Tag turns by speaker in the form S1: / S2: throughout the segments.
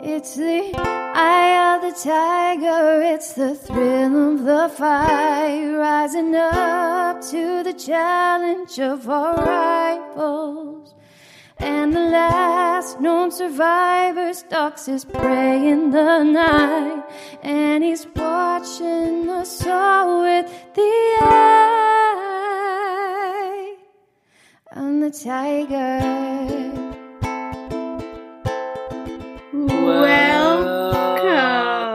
S1: It's the eye of the tiger. It's the thrill of the fight. Rising up to the challenge of our rivals. And the last known survivor stalks his prey in the night. And he's watching us all with the eye. I'm the tiger.
S2: Welcome.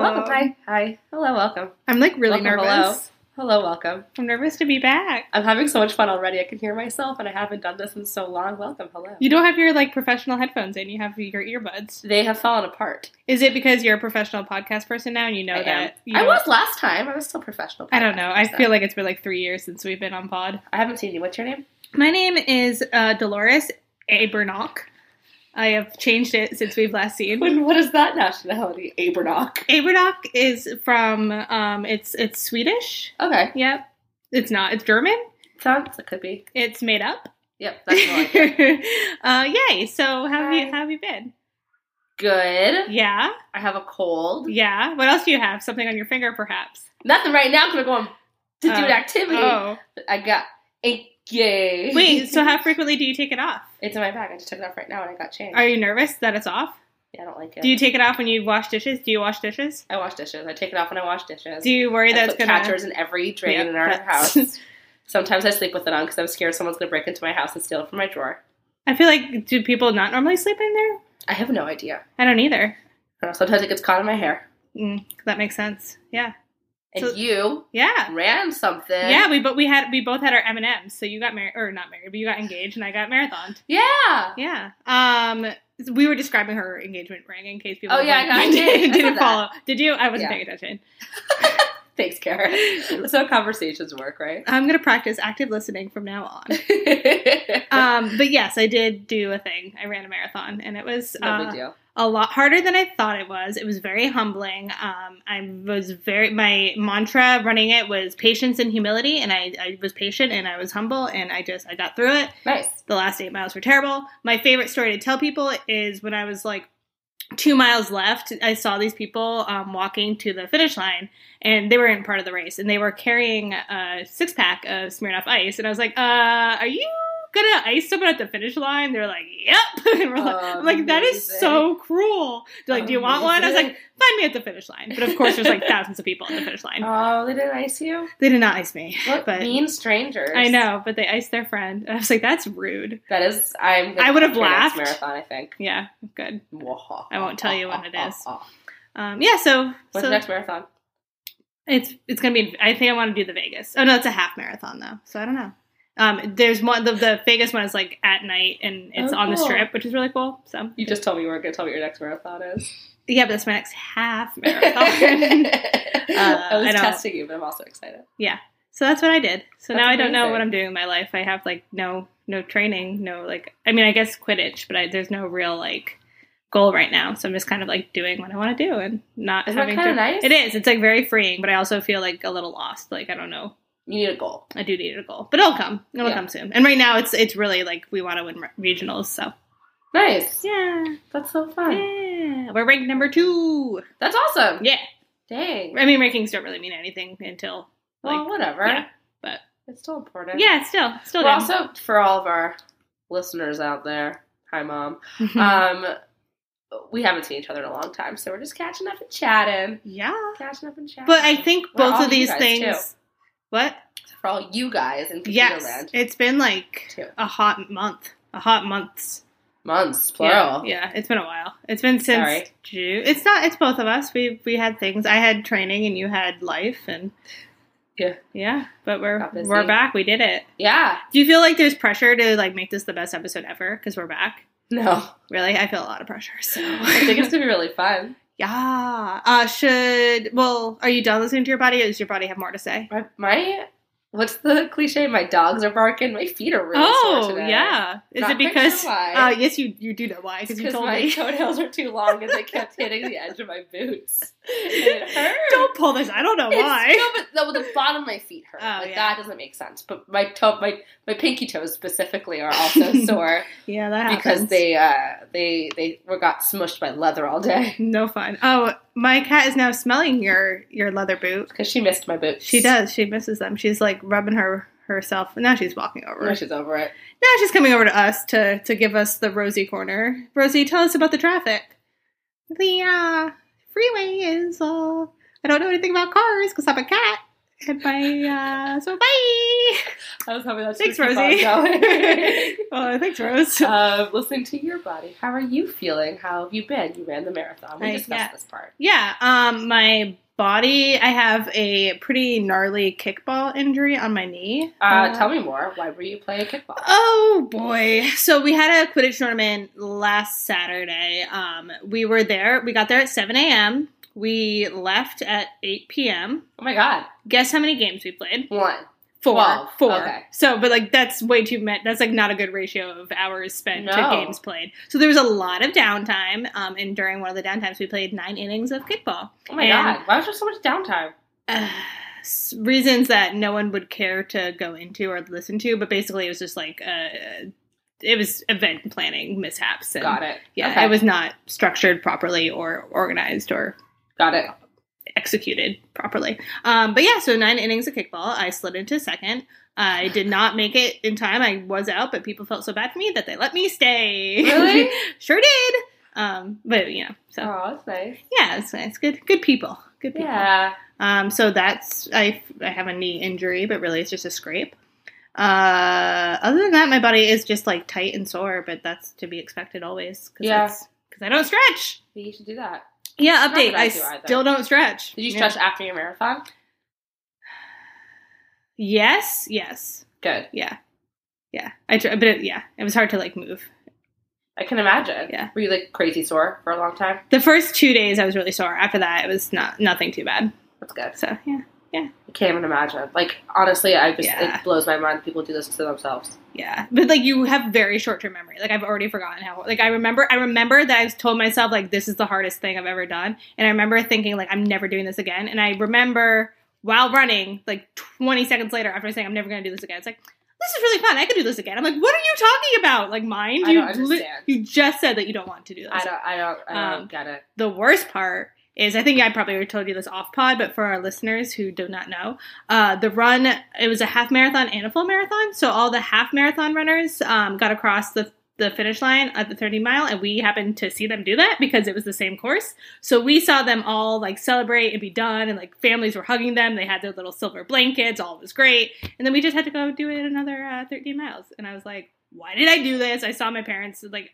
S3: Welcome. Hi. Hi. Hello. Welcome.
S2: I'm like Um, really
S3: Welcome,
S2: nervous.
S3: Hello. Welcome.
S2: I'm nervous to be back.
S3: I'm having so much fun already. I can hear myself, and I haven't done this in so long. Welcome. Hello.
S2: You don't have your like professional headphones in, you have your earbuds.
S3: They have fallen apart.
S2: Is it because you're a professional podcast person now and you know
S3: I am.
S2: that? You
S3: I
S2: don't-
S3: was last time. I was still professional.
S2: I don't know. I
S3: So.
S2: feel like it's been like three years since we've been on pod.
S3: I haven't seen you. What's your name?
S2: My name is uh, Dolores A. Bernock. I have changed it since we've last seen.
S3: When, what is that nationality? Abernock.
S2: Abernock is from um, it's it's Swedish.
S3: Okay.
S2: Yep. It's not. It's German.
S3: Sounds. It could be.
S2: It's made up.
S3: Yep. That's more like it.
S2: uh, yay! So how have you
S3: Hi.
S2: how have you been?
S3: Good.
S2: Yeah,
S3: I have a cold.
S2: yeah. What else do you have? Something on your finger, perhaps?
S3: Nothing right now because we're going to do
S2: Oh.
S3: an activity.
S2: Oh,
S3: I got a yay.
S2: wait. So how frequently do you take it off?
S3: It's in my bag. I just took it off right now, and I got changed.
S2: Are you nervous that it's off?
S3: yeah, I don't like it.
S2: Do you take it off when you wash dishes? Do you wash dishes?
S3: I wash dishes. I take it off when I wash dishes.
S2: Do you worry
S3: I
S2: that it's
S3: put
S2: gonna
S3: catchers in every drain
S2: Yep,
S3: in our
S2: that's-
S3: house. Sometimes I sleep with it on because I'm scared someone's going to break into my house and steal it from my drawer.
S2: I feel like do people not normally sleep in there?
S3: I have no idea.
S2: I don't either.
S3: I don't know, sometimes it gets caught in my hair.
S2: Mm, that makes sense. Yeah,
S3: And
S2: So-
S3: you
S2: yeah,
S3: ran something.
S2: yeah. We but we had we both had our M and M's. So you got married or not married, but you got engaged, and I got marathoned.
S3: Yeah.
S2: Yeah. Um, we were describing her engagement ring in case people.
S3: Oh, yeah, I got engaged. I
S2: didn't,
S3: saw that.
S2: follow. Did you? I wasn't
S3: Yeah.
S2: paying attention.
S3: Thanks, Kara. That's how conversations work, right?
S2: I'm gonna practice active listening from now on.
S3: no
S2: um, but yes, I did do a thing. I ran a marathon, and it was uh,
S3: big deal.
S2: a lot harder than I thought it was. It was very humbling. Um, I was very my mantra running it was patience and humility, and I, I was patient and I was humble, and I just I got through it.
S3: Nice.
S2: The last eight miles were terrible. My favorite story to tell people is when I was like two miles left, I saw these people um, walking to the finish line and they were in part of the race and they were carrying a six pack of Smirnoff ice. And I was like, uh, are you gonna ice someone at the finish line? They're like, yep. and we're like, I'm like, that is so cruel. They're like, do you want one? I was like,
S3: Amazing.
S2: find me at the finish line. But of course, there's like thousands of people at the finish line.
S3: Oh, they didn't ice you?
S2: They did not ice me.
S3: What
S2: But-
S3: mean strangers.
S2: I know, but they iced their friend. And I was like, that's rude.
S3: That is, I'm. gonna
S2: I would've
S3: do my next
S2: laughed.
S3: Marathon, I think.
S2: Yeah, good.
S3: Whoa.
S2: I won't tell you when it is.
S3: When's
S2: Um, yeah, so
S3: the
S2: so
S3: next marathon?
S2: it's it's gonna be. I think I want to do the Vegas. Oh no, it's a half marathon though, so I don't know. Um, there's one the, the Vegas one is like at night and it's
S3: Oh,
S2: on the
S3: cool.
S2: strip, which is really cool. So
S3: You just told me you weren't going to tell me your next marathon is. Uh,
S2: yeah, but that's my next half marathon.
S3: I was
S2: I know.
S3: testing you, but I'm also excited.
S2: so that's what I did. So now
S3: That's
S2: I don't know
S3: amazing.
S2: what I'm doing in my life. I have like no no training, no like. I mean, I guess Quidditch, but I, there's no real like goal right now. So I'm just kind of like doing what I want to do and not
S3: Isn't that
S2: having
S3: kinda
S2: to-
S3: nice?
S2: It is. It's like very freeing, but I also feel like a little lost. Like I don't know
S3: You need a goal.
S2: I do need a goal, but it'll come. It'll
S3: Yeah.
S2: come soon. And right now, it's it's really like we want to win re- regionals. So
S3: Nice.
S2: yeah,
S3: That's so fun.
S2: yeah, we're ranked number two.
S3: That's awesome.
S2: Yeah,
S3: Dang.
S2: I mean rankings don't really mean anything until like
S3: Well, whatever.
S2: yeah, but-
S3: it's still important.
S2: yeah, it's still still
S3: Well,
S2: good.
S3: also for all of our listeners out there, hi mom.
S2: Mm-hmm. Hmm.
S3: Um, we haven't seen each other in a long time, so we're just catching up and chatting.
S2: yeah,
S3: Catching up and chatting.
S2: but I think
S3: We're
S2: both
S3: all
S2: of these
S3: you guys,
S2: things. What?
S3: for all you guys in computer
S2: Yes,
S3: land,
S2: it's been like
S3: Two.
S2: a hot month. A hot months.
S3: months plural.
S2: Yeah, yeah, it's been a while. It's been since
S3: Sorry.
S2: June. It's not. It's both of us. We we had things. I had training and you had life and
S3: Yeah.
S2: yeah. But we're
S3: Got busy.
S2: we're back. We did it.
S3: yeah.
S2: Do you feel like there's pressure to like make this the best episode ever? Because we're back.
S3: No.
S2: Really, I feel a lot of pressure. So
S3: I think it's gonna be really fun.
S2: yeah. Uh, should well, are you done listening to your body? Or does your body have more to say?
S3: My, my what's the cliche? My dogs are barking. My feet are really sore
S2: oh
S3: today.
S2: yeah, is
S3: Not
S2: it
S3: quite
S2: because?
S3: sure why.
S2: Uh, yes, you you do know why because you
S3: Because
S2: told
S3: my
S2: me.
S3: toenails are too long and they kept hitting the edge of my boots. And it hurt.
S2: Don't pull this. I don't know
S3: It's-
S2: why.
S3: No, but no, the bottom of my feet hurt.
S2: Oh,
S3: like
S2: yeah.
S3: that doesn't make sense. But my toe, my my pinky toes specifically are also sore
S2: Yeah, that happens.
S3: because they uh they they were got smushed by leather all day
S2: no fun. Oh, my cat is now smelling your your leather boot.
S3: because she missed my boots.
S2: She does. She misses them. She's like rubbing her herself. Now she's walking over.
S3: Now she's over it.
S2: Now she's coming over to us to to give us the Rosie corner. Rosie, tell us about the traffic. The uh, freeway is all. I don't know anything about cars because I'm a cat. And my uh, so bye.
S3: I was hoping that's
S2: Thanks,
S3: keep on
S2: Rosie.
S3: going.
S2: Oh, thanks, Rose.
S3: uh, listening to your body. How are you feeling? How have you been? You ran the marathon. We
S2: I-
S3: discussed
S2: yeah.
S3: this part.
S2: Yeah, um, my body. I have a pretty gnarly kickball injury on my knee.
S3: Uh, tell me more. Why were you playing kickball?
S2: Oh boy! So we had a Quidditch tournament last Saturday. Um, we were there. We got there at seven a.m. We left at eight p.m.
S3: Oh my god,
S2: Guess how many games we played?
S3: one.
S2: Four.
S3: Twelve.
S2: Four.
S3: Okay.
S2: So, but like that's way too much. That's like not a good ratio of hours spent
S3: No.
S2: to games played. So there was a lot of downtime. Um, and during one of the downtimes, we played nine innings of kickball.
S3: Oh my
S2: And-
S3: god, why was there so much downtime?
S2: uh, s- reasons that no one would care to go into or listen to, but basically it was just like uh, it was event planning mishaps. And,
S3: Got it.
S2: Yeah,
S3: Okay.
S2: it was not structured properly or organized or
S3: Got it.
S2: executed properly. Um, but yeah, so nine innings of kickball, I slid into second. I did not make it in time. I was out, but people felt so bad for me that they let me stay.
S3: Really?
S2: sure did. Um, but you know, so
S3: Oh, that's nice.
S2: yeah, it's, it's good. Good people. Good people.
S3: Yeah.
S2: Um, so that's I, I have a knee injury, but really it's just a scrape. Uh, other than that, my body is just like tight and sore, but that's to be expected always. Cause
S3: Yeah.
S2: because I don't stretch.
S3: Maybe you should do that.
S2: Yeah,
S3: Not that
S2: update.
S3: I
S2: I,
S3: do either.
S2: still don't stretch.
S3: Did you
S2: Yeah.
S3: stretch after your marathon?
S2: Yes, yes,
S3: Good.
S2: yeah, yeah. I tr- but it, yeah, it was hard to like move.
S3: I can imagine.
S2: Yeah.
S3: Were you like crazy sore for a long time?
S2: The first two days I was really sore. After that, it was not nothing too bad.
S3: That's good.
S2: So yeah,
S3: I can't even imagine. Like honestly, I just
S2: Yeah.
S3: it blows my mind. People do this to themselves.
S2: Yeah, but like you have very short term memory. Like I've already forgotten how. Like I remember, I remember that I've told myself like this is the hardest thing I've ever done, and I remember thinking like I'm never doing this again. And I remember while running, like 20 seconds later, after saying I'm never going to do this again, it's like this is really fun. I could do this again. I'm like, what are you talking about? Like mind,
S3: I
S2: you
S3: don't
S2: li-
S3: understand.
S2: you just said that you don't want to do this.
S3: I don't. I don't. I don't
S2: Um,
S3: get it.
S2: The worst part is, I think I probably already told you this off pod, but for our listeners who do not know, uh, the run it was a half marathon and a full marathon. So all the half marathon runners um, got across the the finish line at the 30 mile, and we happened to see them do that because it was the same course. So we saw them all like celebrate and be done, and like families were hugging them. They had their little silver blankets. All was great, and then we just had to go do it another uh, 13 miles. And I was like. Why did I do this? I saw my parents like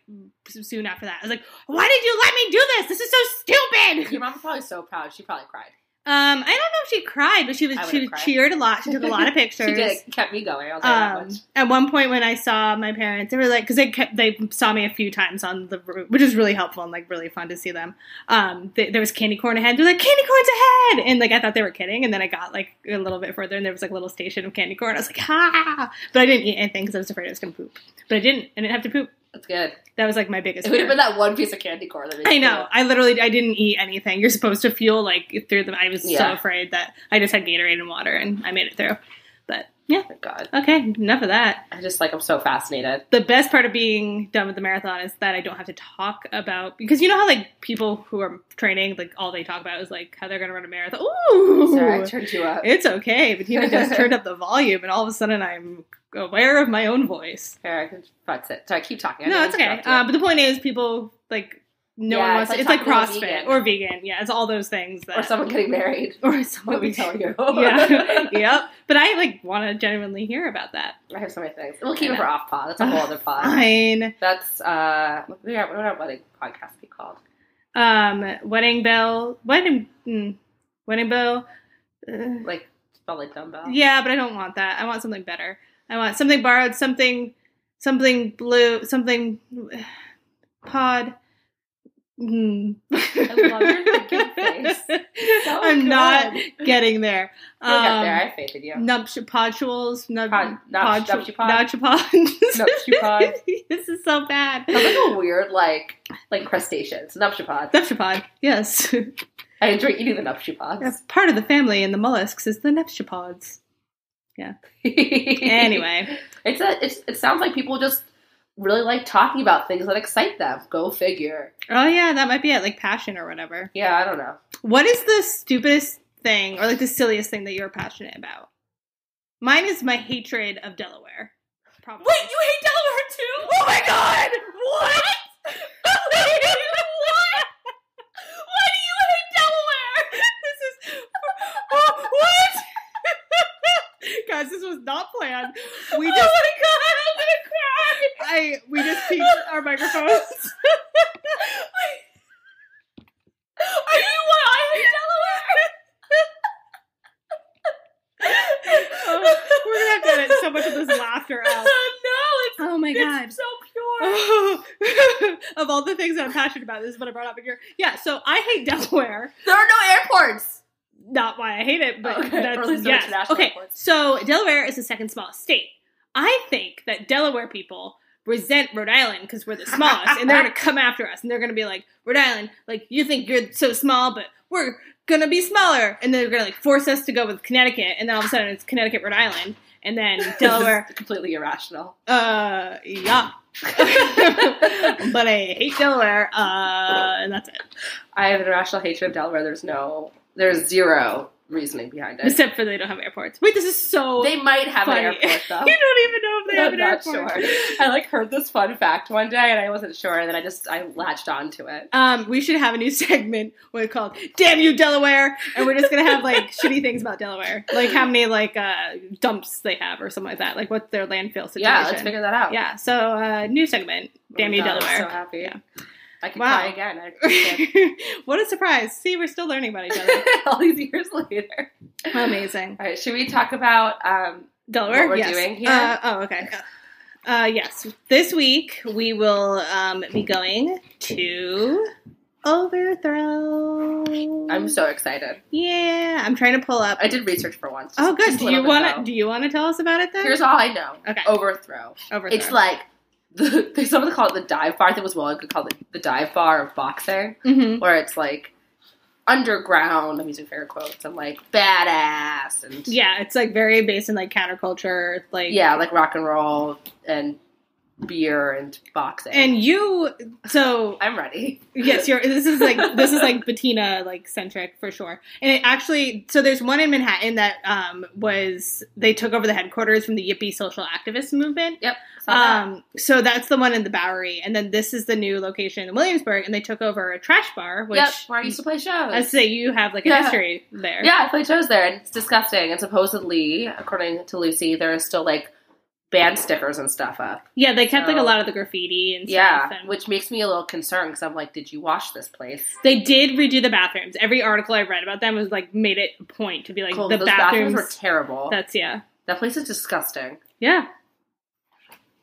S2: soon after that. I was like, "Why did you let me do this? This is so stupid."
S3: Your mom's probably so proud. She probably cried.
S2: Um, I don't know if she cried, but she was
S3: I would've
S2: she
S3: cried.
S2: cheered a lot. She took a lot of pictures.
S3: She did. It kept me going. I'll tell you that
S2: Um,
S3: much.
S2: at one point when I saw my parents, they were like, because they kept they saw me a few times on the route, which is really helpful and like really fun to see them. Um, th- there was candy corn ahead. They're like candy corn's ahead, and like I thought they were kidding, and then I got like a little bit further, and there was like a little station of candy corn. I was like, ha! But I didn't eat anything because I was afraid I was gonna poop. But I didn't. I didn't have to poop.
S3: That's good.
S2: That was like my biggest.
S3: It would have
S2: fear.
S3: been that one piece of candy corn. That made
S2: I
S3: you
S2: know.
S3: feel-
S2: I literally I didn't eat anything. You're supposed to feel like through them. I was
S3: Yeah.
S2: so afraid that I just had Gatorade and water and I made it through. But yeah,
S3: Oh my God.
S2: okay, enough of that.
S3: I just like I'm so fascinated.
S2: The best part of being done with the marathon is that I don't have to talk about because you know how like people who are training like all they talk about is like how they're going to run a marathon. Ooh,
S3: Sorry, I turned you up.
S2: it's okay. But Tina just turned up the volume, and all of a sudden I'm aware of my own voice.
S3: Here, I can that's it. So I keep talking. I
S2: No,
S3: know
S2: it's
S3: I
S2: okay.
S3: interrupt you.
S2: Uh, but the point is, people like no
S3: Yeah,
S2: one wants.
S3: it's
S2: It's
S3: like
S2: like, it's like CrossFit
S3: talking to a vegan.
S2: or vegan. Yeah, it's all those things that
S3: or someone getting married.
S2: Um, or
S3: Let
S2: someone.
S3: me tell you.
S2: yeah, yep. But I like want to genuinely hear about that.
S3: I have so many things. We'll keep
S2: I
S3: it for off pod. That's a whole other pod.
S2: Fine.
S3: That's uh, what would our, what would our wedding podcast be called?
S2: Um, wedding bell, wedding, mm, wedding bell. Uh,
S3: Like spell like dumbbell.
S2: yeah, but I don't want that. I want something better. I want something borrowed, something, something blue, something pod. uh, Mm.
S3: I love your thinking face. So
S2: I'm
S3: good.
S2: not getting there.
S3: You'll get there. I
S2: Um,
S3: have faith in you.
S2: Nuptipodules, nub-
S3: Pod- nupti-
S2: podtu-
S3: nuptipod.
S2: nuptipods.
S3: Nuptipod.
S2: this is so bad.
S3: Sounds like a weird, like, like crustaceans. Nuptipod.
S2: Nuptipod, yes.
S3: I enjoy eating the nuptipods.
S2: That's part of the family in the mollusks is the nuptipods. Anyway,
S3: It's a. It's, it sounds like people just really like talking about things that excite them. Go figure.
S2: oh yeah, that might be it, like passion or whatever.
S3: Yeah, I don't know.
S2: What is the stupidest thing or like the silliest thing that you're passionate about? Mine is my hatred of Delaware. Probably.
S3: you hate Delaware too? Oh my god! What?
S2: what? Why do you hate Delaware? This is oh, what? Guys, this was not planned. We just oh my god, I'm gonna cry. I we just peaked our microphones. Are you what? I hate Delaware. Oh, we're gonna have to edit so much of this laughter out.
S3: no,
S2: Oh my god.
S3: so pure.
S2: of all the things that I'm passionate about, this is what I brought up in here. Yeah, so I hate Delaware.
S3: There are no airports.
S2: Not why I hate it, but
S3: Okay, or at
S2: that's
S3: least no
S2: yes.
S3: international
S2: Okay,
S3: airports.
S2: so Delaware is the second smallest state. I think that Delaware people resent Rhode Island because we're the smallest, and they're gonna come after us, and they're gonna be like, Rhode Island, like you think you're so small, but we're gonna be smaller, and they're gonna like force us to go with Connecticut, and then all of a sudden it's Connecticut, Rhode Island, and then Delaware.
S3: This is completely irrational.
S2: Uh, yeah. but I hate Delaware. Uh, and that's it.
S3: I have an irrational hatred of Delaware. There's no, there's zero reasoning behind it.
S2: Except for they don't have airports. Wait, this is so.
S3: They might have
S2: funny.
S3: an airport though.
S2: you don't even know if they have
S3: I'm
S2: an
S3: not
S2: airport.
S3: sure. I like heard this fun fact one day and I wasn't sure, and then I just I latched on to it.
S2: Um, we should have a new segment where it's called "Damn You Delaware," and we're just gonna have like shitty things about Delaware, like how many like uh dumps they have or something like that. Like what's their landfill situation?
S3: Yeah, let's figure that out.
S2: Yeah, So uh, new segment.
S3: Oh my
S2: Damn you,
S3: God, I'm
S2: Delaware.
S3: so happy.
S2: Yeah.
S3: I can
S2: Wow.
S3: cry again. I
S2: what a surprise! See, we're still learning about each other.
S3: can't. All these years later.
S2: Amazing.
S3: All right, should we talk about um,
S2: Delaware.
S3: what we're
S2: yes.
S3: doing here?
S2: Uh, oh, okay. Uh, yes, this week we will um, be going to overthrow.
S3: I'm so excited.
S2: yeah. I'm trying to pull up.
S3: I did research for once.
S2: oh, good.
S3: Just a
S2: Do you
S3: little bit,
S2: want to?
S3: though.
S2: Do you want to tell us about it then?
S3: Here's all I know.
S2: okay.
S3: Overthrow.
S2: overthrow.
S3: It's like the, they someone call it the dive bar. I think it was Willen could call it the dive bar of boxing,
S2: Mhm.
S3: where it's like underground. I'm using fair quotes. and like badass and
S2: yeah. It's like very based in like counterculture, like
S3: yeah, like rock and roll and beer and boxing.
S2: And you, so
S3: I'm ready.
S2: Yes, you're. This is like this is like Bettina like centric for sure. And it actually, so there's one in Manhattan that um was they took over the headquarters from the Yippie social activist movement.
S3: Yep. saw that.
S2: Um, so that's the one in the Bowery, and then this is the new location in Williamsburg, and they took over a trash bar, which
S3: yep, where I used to play shows.
S2: I say you have like a
S3: Yeah.
S2: history there.
S3: Yeah, I played shows there, and it's disgusting. And supposedly, according to Lucy, there are still like band stickers and stuff up.
S2: yeah, they kept like a
S3: So-
S2: lot of the graffiti and
S3: yeah,
S2: stuff. and-
S3: which makes me a little concerned because I'm like, did you wash this place?
S2: they did redo the bathrooms. Every article I read about them was like made it a point to be like
S3: Cool,
S2: the
S3: those
S2: bathrooms.
S3: were terrible. That,
S2: that's yeah,
S3: place is disgusting.
S2: yeah.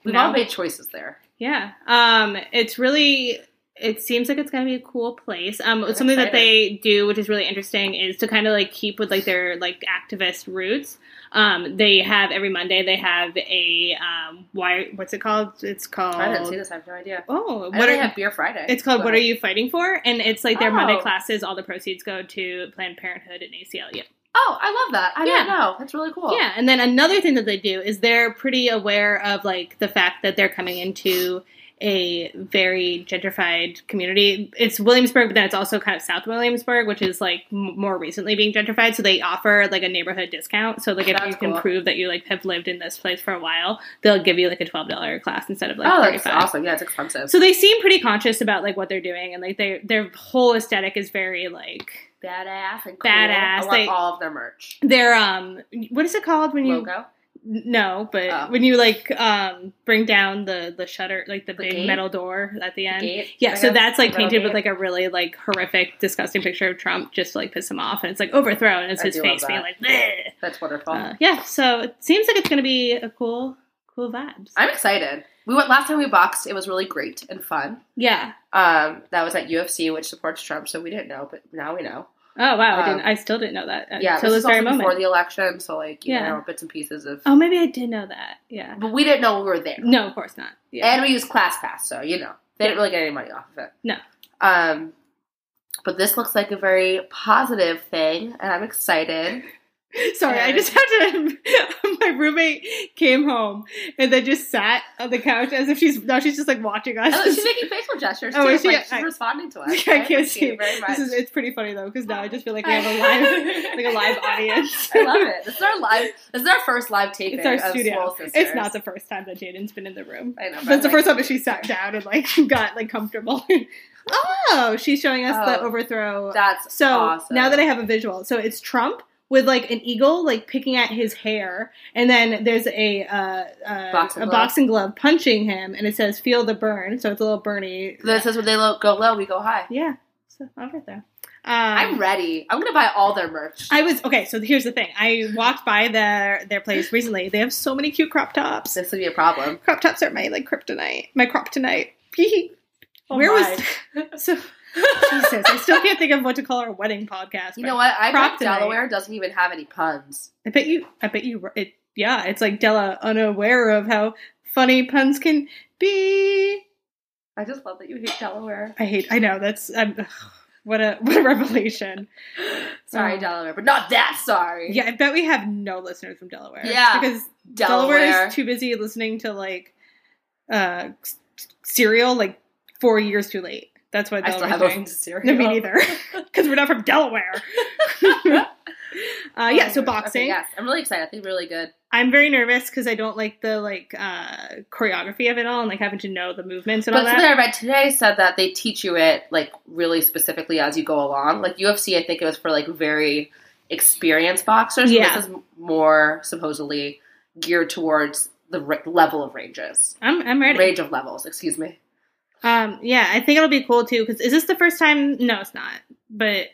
S3: We've
S2: No.
S3: all made choices there.
S2: Yeah. Um, it's really it seems like it's gonna be a cool place. Um,
S3: I'm
S2: something that they do, which is really interesting, is to kind of like keep with like their like activist roots. Um, they have every Monday they have a um, why what's it called? It's called
S3: I didn't see this. I have no idea.
S2: oh
S3: What
S2: what
S3: I
S2: are
S3: have beer Friday?
S2: it's called
S3: Go
S2: What Are
S3: ahead.
S2: You Fighting For? And it's like their Monday
S3: Oh.
S2: classes. All the proceeds go to Planned Parenthood and ACLU.
S3: Oh, I love that. I
S2: Yeah.
S3: don't know. That's really cool.
S2: Yeah, and then another thing that they do is they're pretty aware of like the fact that they're coming into a very gentrified community. It's Williamsburg, but then it's also kind of South Williamsburg, which is like m- more recently being gentrified. So they offer like a neighborhood discount. So like if
S3: That's
S2: you can
S3: cool.
S2: prove that you like have lived in this place for a while, they'll give you like a twelve dollar class instead of like
S3: oh,
S2: thirty
S3: that's
S2: five.
S3: awesome. Yeah, it's expensive.
S2: So they seem pretty conscious about like what they're doing, and like they their whole aesthetic is very like
S3: badass and cool.
S2: Badass,
S3: I want
S2: they-
S3: all of their merch.
S2: their um what is it called when you
S3: Logo.
S2: No, but
S3: Oh.
S2: when you like um bring down the the shutter, like the,
S3: The
S2: big
S3: gate?
S2: metal door at the end.
S3: Gate,
S2: Yeah,
S3: I
S2: so
S3: guess.
S2: that's like
S3: The metal
S2: painted with like
S3: gate.
S2: a really like horrific, disgusting picture of Trump just to like piss him off, and it's like overthrow, and it's
S3: I
S2: his
S3: do love
S2: face being
S3: that.
S2: like, "Bleh."
S3: That's wonderful.
S2: Uh, yeah. So it seems like it's gonna be a cool, cool vibes.
S3: I'm excited. We went last time we boxed. It was really great and fun.
S2: Yeah.
S3: Um, that was at UFC, which supports Trump, so we didn't know, but now we know.
S2: Oh wow, I didn't.
S3: Um,
S2: I still didn't know that
S3: yeah,
S2: until this
S3: this is also
S2: very
S3: before
S2: moment.
S3: the election, so like you
S2: Yeah.
S3: know bits and pieces of.
S2: oh, maybe I did know that. Yeah.
S3: But we didn't know we were there.
S2: No, of course not. Yeah.
S3: And we used ClassPass, so you know they didn't really get any money off of it.
S2: No.
S3: Um, but this looks like a very positive thing, and I'm excited.
S2: Sorry, I
S3: and-
S2: just had to. my roommate came home and then just sat on the couch as if she's now she's just like watching us.
S3: And look, Oh, she's making facial gestures too.
S2: Oh, is she?
S3: like, she's
S2: I-
S3: responding to us.
S2: I can't
S3: appreciate
S2: see.
S3: it very much.
S2: This is, it's pretty funny though because now I just feel like we have a live like a live audience.
S3: I love it. This is our live. This is our first live taping.
S2: It's our
S3: of
S2: studio.
S3: Swole Sisters.
S2: It's not the first time that Jaden's been in the room.
S3: I know, but
S2: That's the
S3: like-
S2: first time that she sat down and like got like comfortable. oh, she's showing us the
S3: Oh,
S2: overthrow.
S3: That's
S2: so
S3: awesome.
S2: now that I have a visual, so it's Trump with like an eagle like picking at his hair, and then there's a uh, uh,
S3: Boxing
S2: a
S3: glove.
S2: boxing glove punching him, and it says "Feel the burn," so it's a little Bernie.
S3: this is when they lo- go low, we go high.
S2: yeah, so all right there. Um,
S3: I'm ready. I'm gonna buy all their merch.
S2: I was okay. So here's the thing. I walked by their their place recently. They have so many cute crop tops.
S3: this would be a problem.
S2: crop tops are my like kryptonite, my crop tonight.
S3: Oh
S2: Where was so? Jesus, I still can't think of what to call our wedding podcast.
S3: You
S2: but
S3: know what? I
S2: Crop
S3: bet
S2: tonight.
S3: Delaware doesn't even have any puns.
S2: I bet you. I bet you. It, yeah, it's like Della unaware of how funny puns can be.
S3: I just love that you hate Delaware.
S2: I hate. I know that's um, what a what a revelation.
S3: Sorry,
S2: Oh.
S3: Delaware, but not that sorry.
S2: Yeah, I bet we have no listeners from Delaware.
S3: Yeah.
S2: because Delaware,
S3: Delaware.
S2: is too busy listening to like uh s- serial like four years too late. That's why
S3: I still
S2: Delaware's
S3: have
S2: doing.
S3: a cereal.
S2: No, me neither. Because we're not from Delaware. uh, yeah, so boxing.
S3: Um, Oh, Okay, yes, I'm really excited. I think really good.
S2: I'm very nervous because I don't like the like uh, choreography of it all and like having to know the movements and
S3: But
S2: all
S3: something
S2: that.
S3: I read today said that they teach you it like really specifically as you go along. Like UFC, I think it was for like very experienced boxers.
S2: Yeah.
S3: Yeah. This is m- more supposedly geared towards the r- level of ranges,
S2: I'm I'm ready.
S3: range of levels. Excuse me.
S2: Um, yeah, I think it'll be cool too. Because is this the first time? No, it's not. But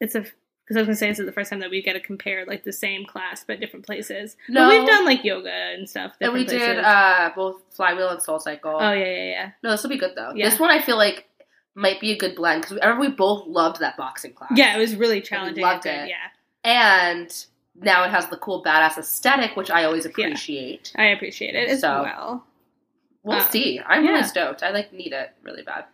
S2: it's a because I was gonna say this is the first time that we get to compare like the same class but different places. No,
S3: No.
S2: we've done like yoga and stuff.
S3: And we
S2: different
S3: did
S2: places.
S3: uh, both flywheel and soul cycle.
S2: oh yeah, yeah, yeah.
S3: No, this will be good though.
S2: Yeah.
S3: This one I feel like might be a good blend because remember we both loved that boxing class.
S2: Yeah, it was really challenging. and
S3: loved
S2: good,
S3: it.
S2: Yeah,
S3: and now it has the cool badass aesthetic, which I always appreciate.
S2: I appreciate it as
S3: So.
S2: well.
S3: We'll
S2: Uh,
S3: see. I'm
S2: yeah.
S3: really stoked. I like need it really bad.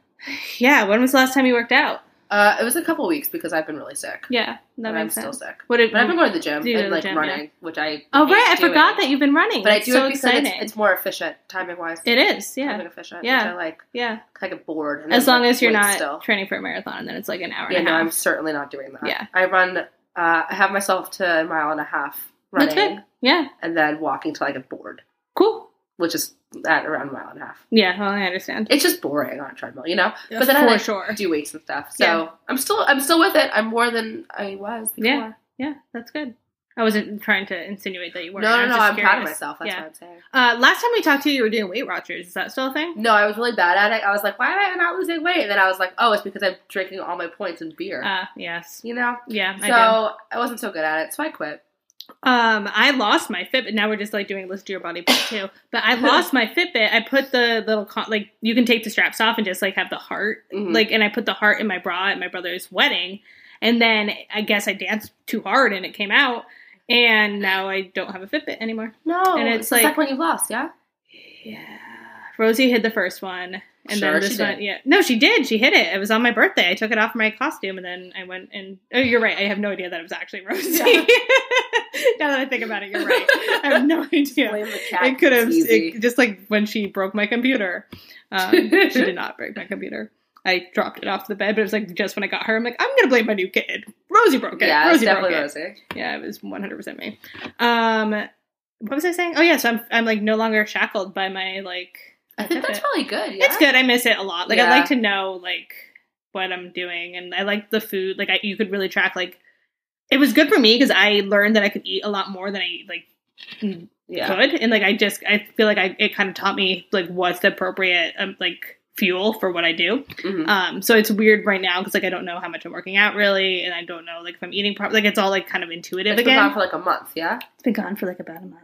S2: Yeah, when was the last time you worked out?
S3: Uh, it was a couple weeks because I've been really sick.
S2: Yeah, that
S3: and I'm
S2: makes
S3: still
S2: sense.
S3: sick.
S2: What did,
S3: But I've been going to the gym
S2: Do you go to
S3: and
S2: the
S3: like
S2: gym,
S3: running, which I
S2: oh right, I
S3: hate
S2: forgot that
S3: doing.
S2: you've been running.
S3: But I
S2: That's
S3: do
S2: so
S3: it because it's-
S2: exciting.
S3: it's, more efficient timing wise.
S2: It is, yeah.
S3: timing efficient.
S2: Yeah.
S3: which I like.
S2: Yeah.
S3: 'cause I get bored. and
S2: As
S3: then,
S2: long
S3: like,
S2: as you're
S3: wait
S2: not
S3: still.
S2: training for a marathon and then it's like an hour
S3: Yeah,
S2: and
S3: no,
S2: a
S3: I'm
S2: half.
S3: certainly not doing that.
S2: Yeah.
S3: I run. Uh, I have myself to a mile and a half
S2: That's
S3: running,
S2: good. Yeah.
S3: and then walking till I get bored,
S2: Cool.
S3: which is at around a mile and a half.
S2: Yeah, well, I understand.
S3: It's just boring on a treadmill, you know.
S2: For
S3: But then I like
S2: sure.
S3: do weights and stuff. So
S2: Yeah.
S3: I'm still I'm still with it. I'm more than I was before.
S2: Yeah. Yeah, that's good. I wasn't trying to insinuate that you
S3: No,
S2: were.
S3: no, no. I'm proud of
S2: curious.
S3: myself. That's
S2: yeah.
S3: what I'm saying.
S2: Uh, last time we talked to you, you were doing Weight Watchers. Is that still a thing?
S3: No, I was really bad at it. I was like, why am I not losing weight? And then I was like, oh, it's because I'm drinking all my points in beer.
S2: Uh, yes.
S3: you know.
S2: Yeah,
S3: So
S2: I did.
S3: I, wasn't so good at it, so I quit.
S2: Um, I lost my Fitbit. Now we're just like doing list to your body part two. But I lost my Fitbit. I put the little con- like you can take the straps off and just like have the heart
S3: Mhm.
S2: like, and I put the heart in my bra at my brother's wedding, and then I guess I danced too hard and it came out, and now I don't have a Fitbit anymore.
S3: no,
S2: and
S3: and
S2: it's
S3: it's the
S2: like-
S3: second one you've lost, yeah.
S2: Yeah, Rosie hid the first one, and
S3: Sure
S2: then this
S3: she
S2: one.
S3: did.
S2: Yeah, no, she did. She hid it. It was on my birthday. I took it off my costume, and then I went and. Oh, you're right. I have no idea that it was actually Rosie.
S3: Yeah.
S2: now that I think about it, you're right. I have no idea.
S3: Blame the cat.
S2: It could have
S3: It's easy.
S2: it, just like when she broke my computer. Um, she did not break my computer. I dropped it off the bed, but it was like just when I got her, I'm like, I'm gonna blame my new kid. Rosie broke it.
S3: yeah, it's
S2: Rosie broke
S3: definitely
S2: it.
S3: Rosie.
S2: Yeah, it was 100 percent me. Um, what was I saying? Oh yeah, so I'm I'm like no longer shackled by my like.
S3: I think that's
S2: Fitbit.
S3: probably good. Yeah,
S2: It's good. I miss it a lot. Like I
S3: Yeah.
S2: like to know like what I'm doing, and I like the food. Like I, you could really track like. It was good for me because I learned that I could eat a lot more than I like
S3: Yeah,
S2: could, and like I just I feel like I it kind of taught me like what's the appropriate um, like fuel for what I do.
S3: Mhm.
S2: Um, so it's weird right now because like I don't know how much I'm working out really, and I don't know like if I'm eating properly. Like it's all like kind of intuitive
S3: it's been
S2: again.
S3: gone for like a month. Yeah,
S2: It's been gone for like about a month.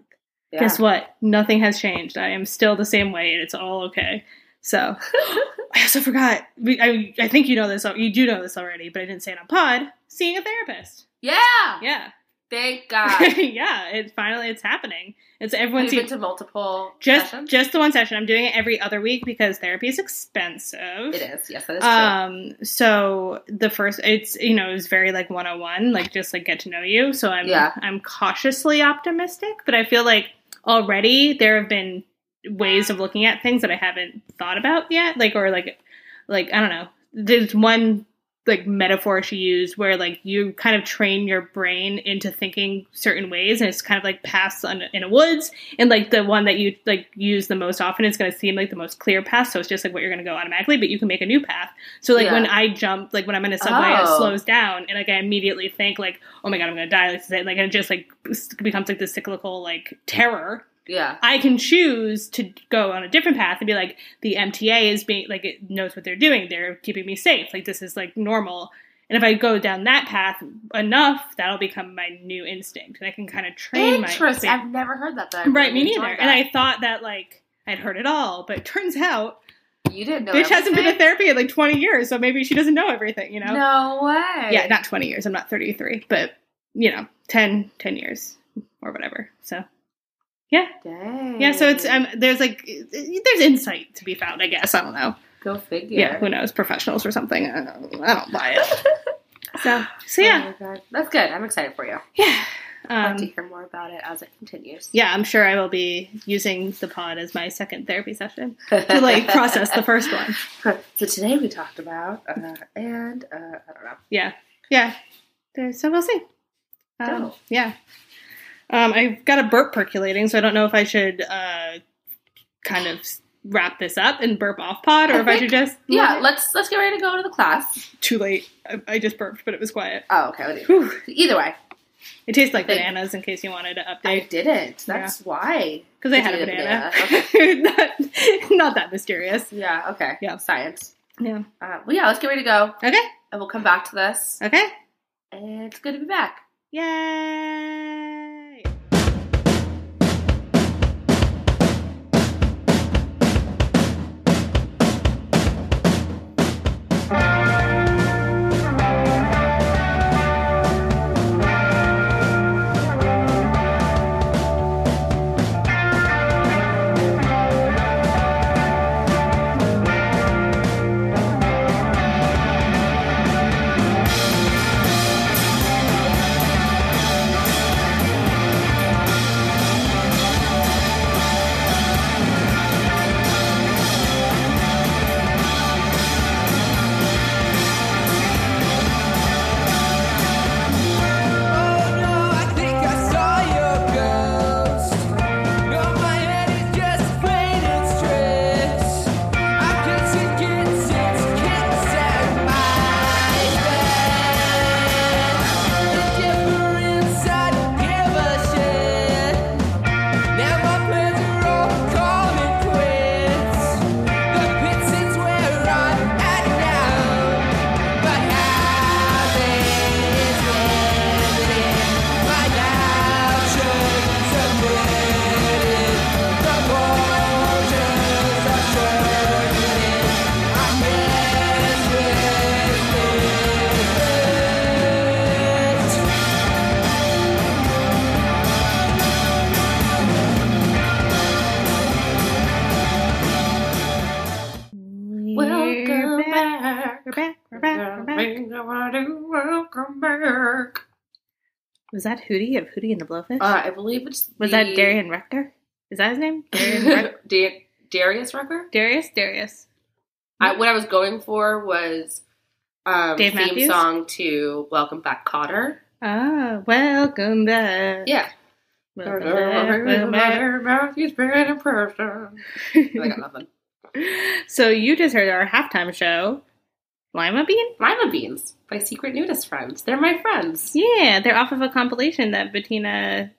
S3: Yeah.
S2: Guess what? Nothing has changed. I am still the same way, and it's all okay. So I also forgot. we- I I think you know this. al- You do know this already, but I didn't say it on pod. Seeing a therapist.
S3: yeah.
S2: Yeah,
S3: Thank God.
S2: yeah. It's finally it's happening. It's everyone's
S3: Ah. We've been to multiple
S2: just
S3: sessions.
S2: just the one session. I'm doing it every other week because therapy is expensive.
S3: it is. Yes, that is true.
S2: Um, so the first, it's you know, it was very like 101, like just like get to know you. So I'm
S3: Yeah.
S2: I'm cautiously optimistic, but I feel like already there have been ways of looking at things that I haven't thought about yet, like or like like I don't know. There's one like metaphor she used where like you kind of train your brain into thinking certain ways and it's kind of like paths on, in a woods and like the one that you like use the most often is going to seem like the most clear path so it's just like what you're going to go automatically but you can make a new path so like
S3: Yeah.
S2: when i jump like when i'm in a subway
S3: Oh.
S2: it slows down and like i immediately think like oh my god i'm going to die like, and, like and it just like s- becomes like this cyclical like terror
S3: yeah.
S2: I can choose to go on a different path and be like, the MTA is being like it knows what they're doing. They're keeping me safe. Like this is like normal. And if I go down that path enough, that'll become my new instinct, and I can kind of train my
S3: Interest.
S2: thing.
S3: I've never heard that. Though. I
S2: Right,
S3: really
S2: me
S3: enjoyed
S2: neither.
S3: that.
S2: And I thought that like I'd heard it all, but turns out
S3: you didn't know.
S2: bitch hasn't been to
S3: everything?
S2: therapy in like twenty years, so maybe she doesn't know everything. You know?
S3: No way.
S2: Yeah, not twenty years. I'm not thirty three, but you know, 10, 10 years or whatever. So
S3: Dang.
S2: Yeah, so it's um, there's like there's insight to be found, I guess. I don't know.
S3: go figure.
S2: Yeah, who knows? Professionals or something. I don't, I don't buy it. So, so
S3: Oh
S2: yeah,
S3: my God. That's good. I'm excited for you.
S2: yeah,
S3: I'll have to
S2: um,
S3: hear more about it as it continues.
S2: yeah. I'm sure I will be using the pod as my second therapy session to like process the first one.
S3: so today we talked about uh, and uh, I don't know.
S2: Yeah, yeah. There- So we'll see. Um,
S3: Dope.
S2: Yeah. Um, I've got a burp percolating, so I don't know if I should uh, kind of wrap this up and burp off pod, or
S3: I
S2: if I
S3: think-
S2: should just
S3: Yeah, let's let's get ready to go to the class.
S2: too late. I, I just burped, but it was quiet.
S3: Oh, okay. we didn't-
S2: Whew.
S3: Either way,
S2: It tastes like
S3: Thank-
S2: bananas, in case you wanted to
S3: I
S2: update,
S3: didn't. That's why.
S2: because I
S3: You
S2: had a
S3: did
S2: banana.
S3: Okay.
S2: not, not that mysterious.
S3: Yeah. Okay.
S2: Yeah.
S3: Science.
S2: Yeah.
S3: Uh, well, yeah. Let's get ready to go,
S2: Okay.
S3: and we'll come back to this.
S2: Okay.
S3: And it's good to be back.
S2: Yay!
S4: Oh no, I think I saw your ghost. No, my head is just plain and stress. I can see kids and kids at my bed. The giver inside give a shit. Now my friends are all calling quits. The pits is where I'm at now. But how is living? My actions are burning. The waters are churning. I'm endlessly hurt.
S2: We're
S3: Welcome
S2: back.
S3: back.
S2: We're back. We're back. We're back.
S3: Welcome back.
S2: Was that Hootie of Hootie and the Blowfish?
S3: Uh, I believe it's
S2: Was
S3: the-
S2: that Darian Rector? Is that his name? Darian Rec-
S3: Da- Darius Rucker?
S2: Darius? Darius.
S3: I, what I was going for was um,
S2: Dave
S3: theme
S2: Matthews?
S3: song to Welcome Back, Cotter.
S2: Ah, welcome back.
S3: Yeah.
S2: Welcome back. Welcome back.
S3: Matthews been in person. I got nothing.
S2: so you just heard our halftime show, Lima Bean?
S3: Lima Beans, my secret nudist friends. They're my friends.
S2: Yeah, they're off of a compilation that Bettina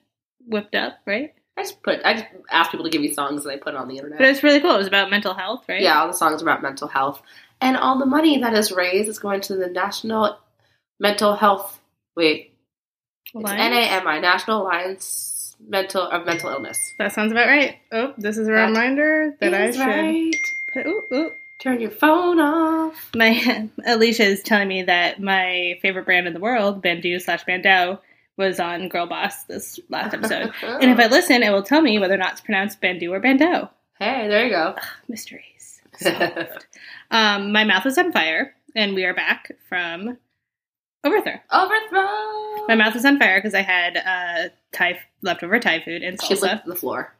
S2: whipped up, right?
S3: I just put, I just asked people to give me songs and I put it on the internet.
S2: But it was really cool. It was about mental health, right?
S3: Yeah, all the songs about mental health. And all the money that is raised is going to the National Mental Health. Wait, it's
S2: Alliance?
S3: NAMI, National Alliance mental of mental illness.
S2: That sounds about right. Oh, this is a
S3: That
S2: reminder that I
S3: Is
S2: should
S3: right.
S2: put. Ooh, ooh.
S3: Turn your phone off.
S2: My Alicia is telling me that my favorite brand in the world, Bandu slash Bandeau, was on Girl Boss this last episode. and if I listen, it will tell me whether or not it's pronounced Bandu or Bandeau.
S3: hey, there you go.
S2: Mysteries. solved. um, my mouth is on fire, and we are back from Overthrow.
S3: Overthrow.
S2: My mouth was on fire because I had uh, Thai leftover Thai food and
S3: She
S2: salsa.
S3: licked the floor.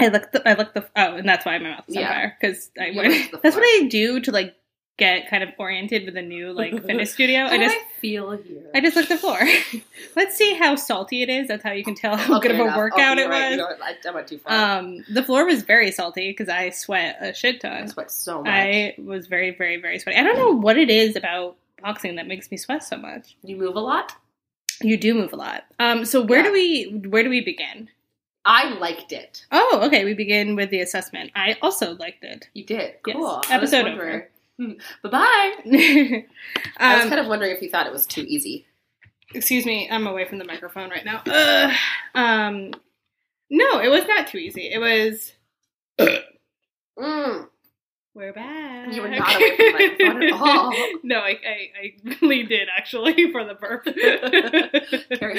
S2: I looked. The, I looked the. Oh, and that's why my mouth is on
S3: Yeah.
S2: fire because I.
S3: You
S2: went-
S3: licked the
S2: that's
S3: floor.
S2: what I do to like get kind of oriented with a new like fitness studio. Oh, I
S3: How do
S2: just.
S3: feel here.
S2: I just looked the floor. Let's see how salty it is. That's how you can tell how
S3: Okay,
S2: good of a
S3: enough. Oh,
S2: workout
S3: you're
S2: it
S3: right.
S2: was.
S3: You know what? I, I went too far.
S2: um, the floor was very salty because I sweat a shit
S3: I
S2: ton.
S3: sweat so much.
S2: I was very, very, very sweaty. I don't know what it is about boxing that makes me sweat so much.
S3: you move a lot.
S2: You do move a lot. Um, so where
S3: Yeah.
S2: do we where do we begin?
S3: I liked it.
S2: Oh, okay. We begin with the assessment. I also liked it.
S3: You did.
S2: Yes.
S3: Cool. I was
S2: Episode
S3: wondering. Bye bye.
S2: um,
S3: I was kind of wondering if you thought it was too easy.
S2: excuse me, I'm away from the microphone right now. Ugh. Um, no, it was not too easy. It was.
S3: Mm.
S2: We're back.
S3: You were not away from the microphone at all.
S2: no, I, I, I really did actually for the burp.
S3: Carrie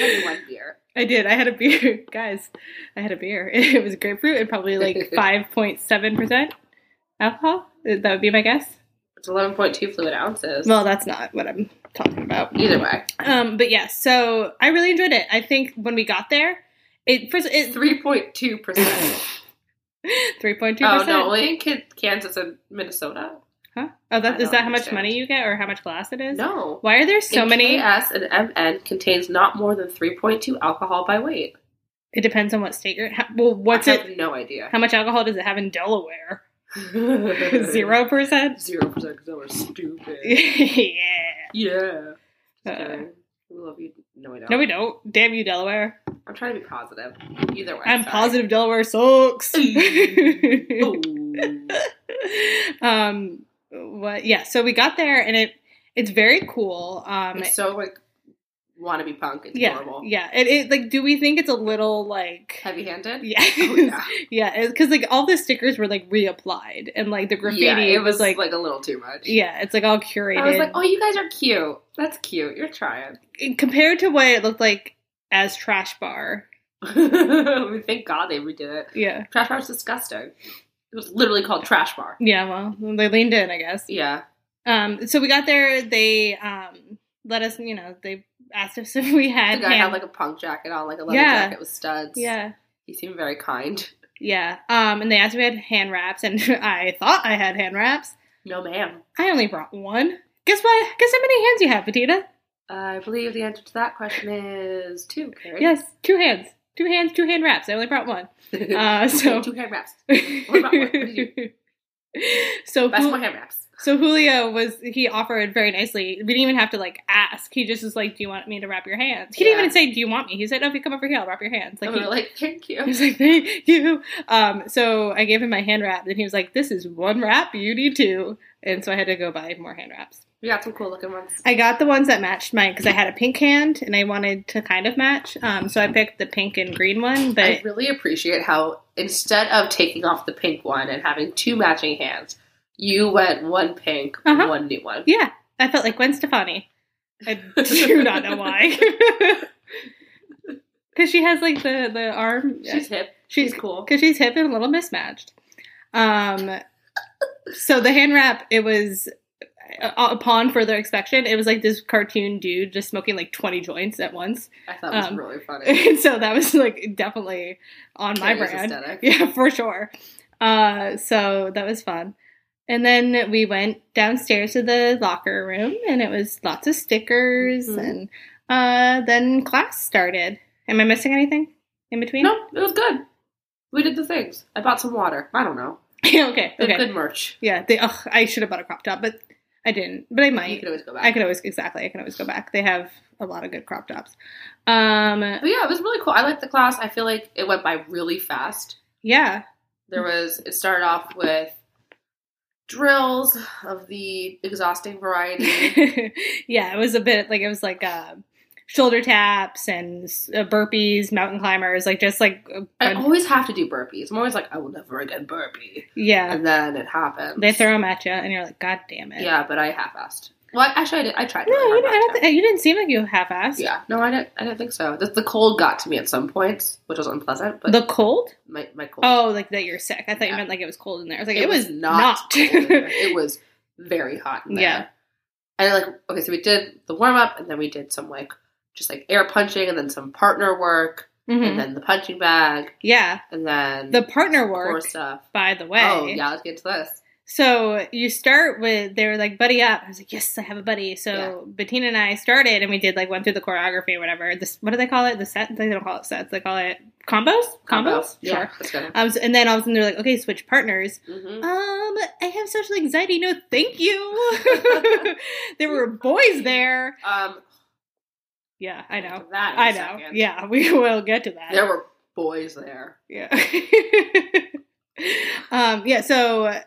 S3: had one beer.
S2: I did. I had a beer, guys. I had a beer. It was grapefruit and probably like five point seven percent alcohol. That would be my guess.
S3: It's 11.2 fluid ounces.
S2: Well, that's not what I'm talking about.
S3: Either way,
S2: Um, but yeah, so I really enjoyed it. I think when we got there, it first it three
S3: 3.2 percent.
S2: three point two
S3: Oh no,
S2: percent.
S3: only in Ki- Kansas and Minnesota.
S2: Huh? Oh,
S3: I
S2: that is
S3: don't
S2: that how much
S3: understand.
S2: money you get or how much glass it is?
S3: No.
S2: Why are there so
S3: In
S2: many?
S3: KS and MN contains not more than 3.2 alcohol by weight.
S2: It depends on what state you're. How, well, what's
S3: I
S2: it?
S3: have no idea.
S2: How much alcohol does it have in Delaware? Zero percent.
S3: Zero percent because we're stupid.
S2: yeah.
S3: yeah. Just
S2: Uh.
S3: kidding. we love you. No, we don't.
S2: No, we don't. Damn you, Delaware.
S3: I'm trying to be positive. Either way.
S2: I'm
S3: sorry.
S2: positive Delaware sucks.
S3: Oh.
S2: um. What? Yeah. So we got there, and it it's very cool. Um.
S3: I'm so like want to be punk. It's
S2: yeah.
S3: horrible.
S2: Yeah. It, it like. Do we think it's a little like?
S3: Heavy handed.
S2: Yeah.
S3: Oh, yeah.
S2: yeah. Because like all the stickers were like reapplied, and like the graffiti
S3: yeah, it
S2: was like.
S3: like a little too much.
S2: yeah, it's like all curated.
S3: I was like, oh, you guys are cute. That's cute. You're trying.
S2: Compared to what it looked like as Trash Bar.
S3: Thank God they redid it.
S2: Yeah.
S3: Trash bar's disgusting. It was literally called trash bar.
S2: Yeah, well, they leaned in, I guess.
S3: Yeah.
S2: Um, so we got there. They um, let us, you know, they asked us if we
S3: The
S2: had.
S3: guy
S2: ham-
S3: had like a punk jacket on, like a leather
S2: Yeah.
S3: jacket with studs.
S2: yeah,
S3: He seemed very kind.
S2: yeah. Um, and they asked if we had hand wraps, and I thought I had hand wraps.
S3: No, ma'am.
S2: I only brought one. Guess what? Guess how many hands you have, Petita?
S3: I believe the answer to that question is two, Carrie.
S2: Yes, two hands. Two hands, two hand wraps. I only brought one. Uh, so.
S3: two hand wraps. What about one? What did
S2: so
S3: That's
S2: Jul-
S3: one hand wraps.
S2: so Julio was he offered very nicely. We didn't even have to like ask. He just was like, "Do you want me to wrap your hands?" He didn't
S3: Yeah. Oh,
S2: even say, "Do you want me?" He said, "No, if you come over here, I'll wrap your hands." Like
S3: Like,
S2: he,
S3: we were like, thank you.
S2: He was like, thank you. Um, so I gave him my hand wrap, and he was like, this is one wrap, you need two. And so I had to go buy more hand wraps.
S3: We got some cool looking ones.
S2: I got the ones that matched mine because I had a pink hand and I wanted to kind of match. Um, so I picked the pink and green one,
S3: I
S2: but
S3: really appreciate how instead of taking off the pink one and having two matching hands, you went one pink,
S2: Uh-huh.
S3: one new one.
S2: yeah, I felt like Gwen Stefani. I do not know why. Because she has like the, the arm.
S3: She's hip.
S2: She's
S3: She's cool.
S2: because she's hip and a little mismatched. Um, so the hand wrap, it was uh, upon further inspection, it was like this cartoon dude just smoking like twenty joints at once.
S3: I thought it was
S2: Um,
S3: really funny.
S2: And so that was like definitely on my
S3: It was
S2: brand,
S3: aesthetic.
S2: yeah, for sure. Uh, so that was fun. And then we went downstairs to the locker room, and it was lots of stickers.
S3: Mhm.
S2: And uh, then class started. Am I missing anything in between?
S3: No, it was good. We did the things. I bought some water. I don't know.
S2: okay.
S3: It was
S2: Okay.
S3: Good merch.
S2: Yeah, they. Ugh, I should have bought a crop top, but I didn't. But I
S3: You
S2: might.
S3: could always go back.
S2: I could always exactly. I can always go back. They have a lot of good crop tops. Um.
S3: But yeah, it was really cool. I liked the class. I feel like it went by really fast.
S2: Yeah.
S3: There was it started off with drills of the exhausting variety.
S2: yeah. It was a bit like it was like uh, shoulder taps and uh, burpees, mountain climbers, like just like a
S3: I
S2: bunch-
S3: always have to do burpees. I'm always like, I will never again burpee.
S2: yeah.
S3: And then it happens.
S2: They throw them at you, and you're like, God damn it!
S3: Yeah, but I half-assed. Well, actually, I, did, I tried.
S2: No,
S3: really
S2: you,
S3: hard
S2: don't, I
S3: not
S2: don't
S3: to.
S2: think, you didn't seem like you half-assed.
S3: Yeah, no, I didn't. I didn't think so. The, the cold got to me at some points, which was unpleasant. But
S2: The cold?
S3: my my cold.
S2: Oh, like that you're sick. I thought you
S3: Yeah.
S2: meant like it was cold in there. I was like, it, was, not.
S3: cold in there. it was very hot. In there.
S2: Yeah.
S3: And like, okay, so we did the warm up, and then we did some like just like air punching, and then some partner work,
S2: Mhm.
S3: and then the punching bag,
S2: Yeah.
S3: and then
S2: The partner
S3: some core
S2: work,
S3: stuff.
S2: by the way.
S3: Oh yeah, let's get to this.
S2: So you start with they were like buddy up. I was like, yes, I have a buddy. So
S3: Yeah.
S2: Bettina and I started, and we did like went through the choreography or whatever. This what do they call it? The set? They don't call it sets. They call it combos. Combos.
S3: Yeah,
S2: Sure.
S3: let's go.
S2: Um, so- and then all of a sudden they're like, okay, switch partners.
S3: Mhm.
S2: Um, I have social anxiety. No, thank you. there were boys there.
S3: Um,
S2: Yeah, I know.
S3: That in a
S2: I know.
S3: second.
S2: Yeah, we will get to that.
S3: There were boys there.
S2: Yeah. um, yeah, so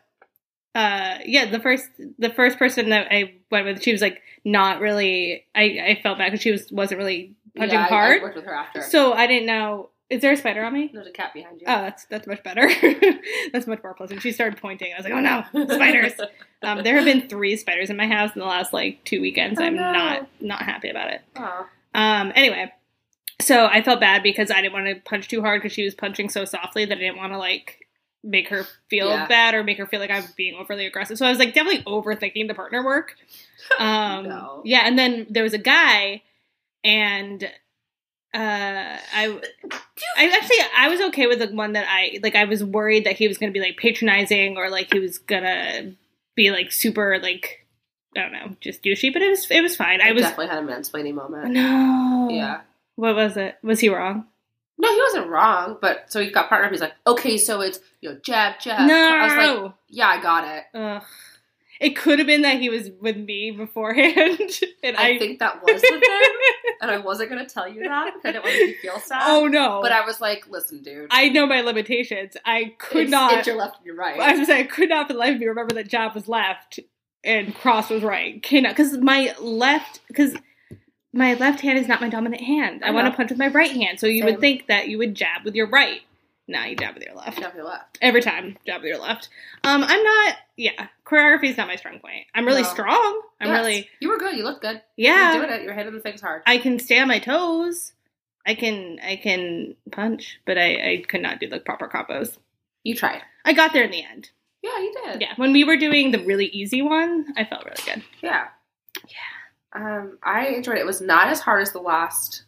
S2: uh yeah, the first the first person that I went with, she was like not really I, I felt bad because she was wasn't really punching
S3: yeah, I- I,
S2: hard.
S3: worked with her after.
S2: so I didn't know is there a spider on me?
S3: there's a cat behind you.
S2: Oh, that's that's much better. that's much more pleasant. She started pointing. I was like, "Oh no, spiders!" um, there have been three spiders in my house in the last like two weekends.
S3: Oh,
S2: I'm
S3: no.
S2: not not happy about it.
S3: Aw.
S2: Um, anyway, so I felt bad because I didn't want to punch too hard because she was punching so softly that I didn't want to like make her feel
S3: Yeah.
S2: bad or make her feel like I'm being overly aggressive. So I was like definitely overthinking the partner work. Um,
S3: No.
S2: Yeah, and then there was a guy, and uh, I, I actually I was okay with the one that I like. I was worried that he was going to be like patronizing or like he was gonna be like super like. I don't know, just douchey, but it was it was fine. I
S3: I
S2: was
S3: definitely had a mansplaining moment.
S2: no.
S3: Yeah.
S2: What was it? Was he wrong?
S3: No, he wasn't wrong, but so he got partnered. He's like, okay, so it's you know jab jab.
S2: no.
S3: I was like, yeah, I got it.
S2: Ugh. It could have been that he was with me beforehand, and I.
S3: I, think that was the thing, and I wasn't gonna tell you that because I didn't want to make you feel sad.
S2: oh no!
S3: But I was like, listen, dude,
S2: I know my limitations. I could
S3: it's,
S2: not.
S3: It's your left and your right.
S2: I was gonna say I could not for the life of me remember that Job was left and Cross was right. Cannot because my left because my left hand is not my dominant hand. I,
S3: I
S2: want to
S3: know.
S2: punch with my right hand. So you would
S3: Same.
S2: think that you would jab with your right. Now you jab with your left.
S3: Definitely left.
S2: every time jab with your left um i'm not yeah choreography is not my strong point i'm really
S3: No.
S2: strong i'm
S3: Yes.
S2: really
S3: You were good. You looked good. You were
S2: yeah
S3: doing it. You're hitting the things hard.
S2: i can stay on my toes i can i can punch but i i could not do the proper combos
S3: you tried.
S2: i got there in the end
S3: Yeah, you did.
S2: yeah when we were doing the really easy one i felt really good
S3: Yeah. Yeah. Um, I enjoyed it. It was not as hard as the last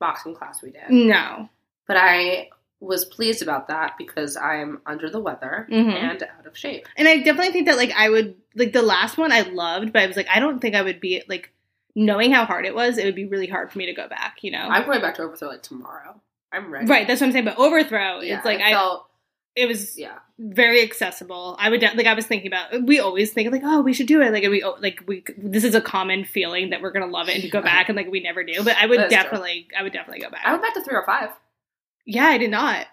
S3: boxing class we did,
S2: Mm. no
S3: but I was pleased about that because I'm under the weather
S2: Mhm.
S3: and out of shape.
S2: and i definitely think that like i would like the last one i loved but i was like i don't think i would be like knowing how hard it was it would be really hard for me to go back you know
S3: I'm going back to overthrow like tomorrow. I'm ready.
S2: right that's what i'm saying but overthrow
S3: Yeah,
S2: it's like
S3: I
S2: i
S3: felt
S2: it was
S3: yeah.
S2: very accessible. I would de- like I was thinking about uh, we always think like oh we should do it like and we oh, like we this is a common feeling that we're gonna love it and go
S3: Right.
S2: back and like we never do. But I would
S3: That's true.
S2: definitely I would definitely go back.
S3: I went back to 305.
S2: yeah, I did not.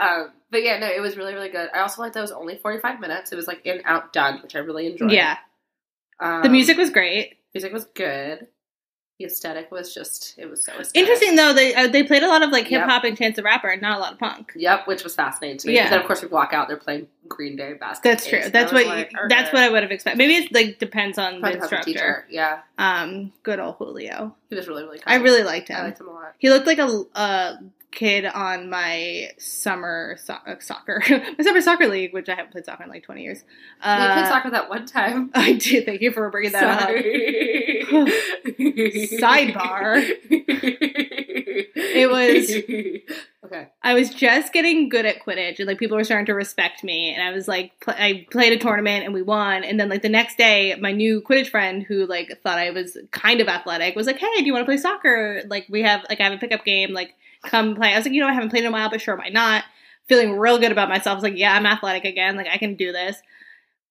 S3: um, but yeah, no, it was really really good. I also liked that it was only 45 minutes. It was like in out done, which I really enjoyed.
S2: yeah,
S3: Um,
S2: the music was great.
S3: music was good. The aesthetic was just it was so aesthetic.
S2: Interesting though they uh, they played a lot of like
S3: Yep.
S2: hip hop and Chance the Rapper and not a lot of punk.
S3: Yep, which was fascinating to me.
S2: Yeah.
S3: But then of course we walk out, they're playing Green Day basketball.
S2: That's true. That's what you, that's what I would have expected. Maybe it like depends on the instructor.
S3: Teacher. Yeah,
S2: Um, good old Julio.
S3: he was really really.
S2: I
S3: Kind.
S2: really liked him.
S3: I liked him a lot.
S2: He looked like a, a kid on my summer so- uh, soccer, my summer soccer league, which I haven't played soccer in like twenty years.
S3: We played
S2: Uh,
S3: soccer that one time.
S2: I did. Thank you for bringing that up.
S3: Sorry.
S2: Sidebar.
S3: It
S2: was-
S3: okay.
S2: I was just getting good at Quidditch, and like people were starting to respect me. And I was like, pl- I played a tournament and we won. And then like the next day, my new Quidditch friend, who like thought I was kind of athletic, was like, "Hey, do you want to play soccer? Like we have like I have a pickup game. Like come play." I was like, "You know, I haven't played in a while, but sure, why not?" Feeling real good about myself. I was like, "Yeah, I'm athletic again. Like I can do this."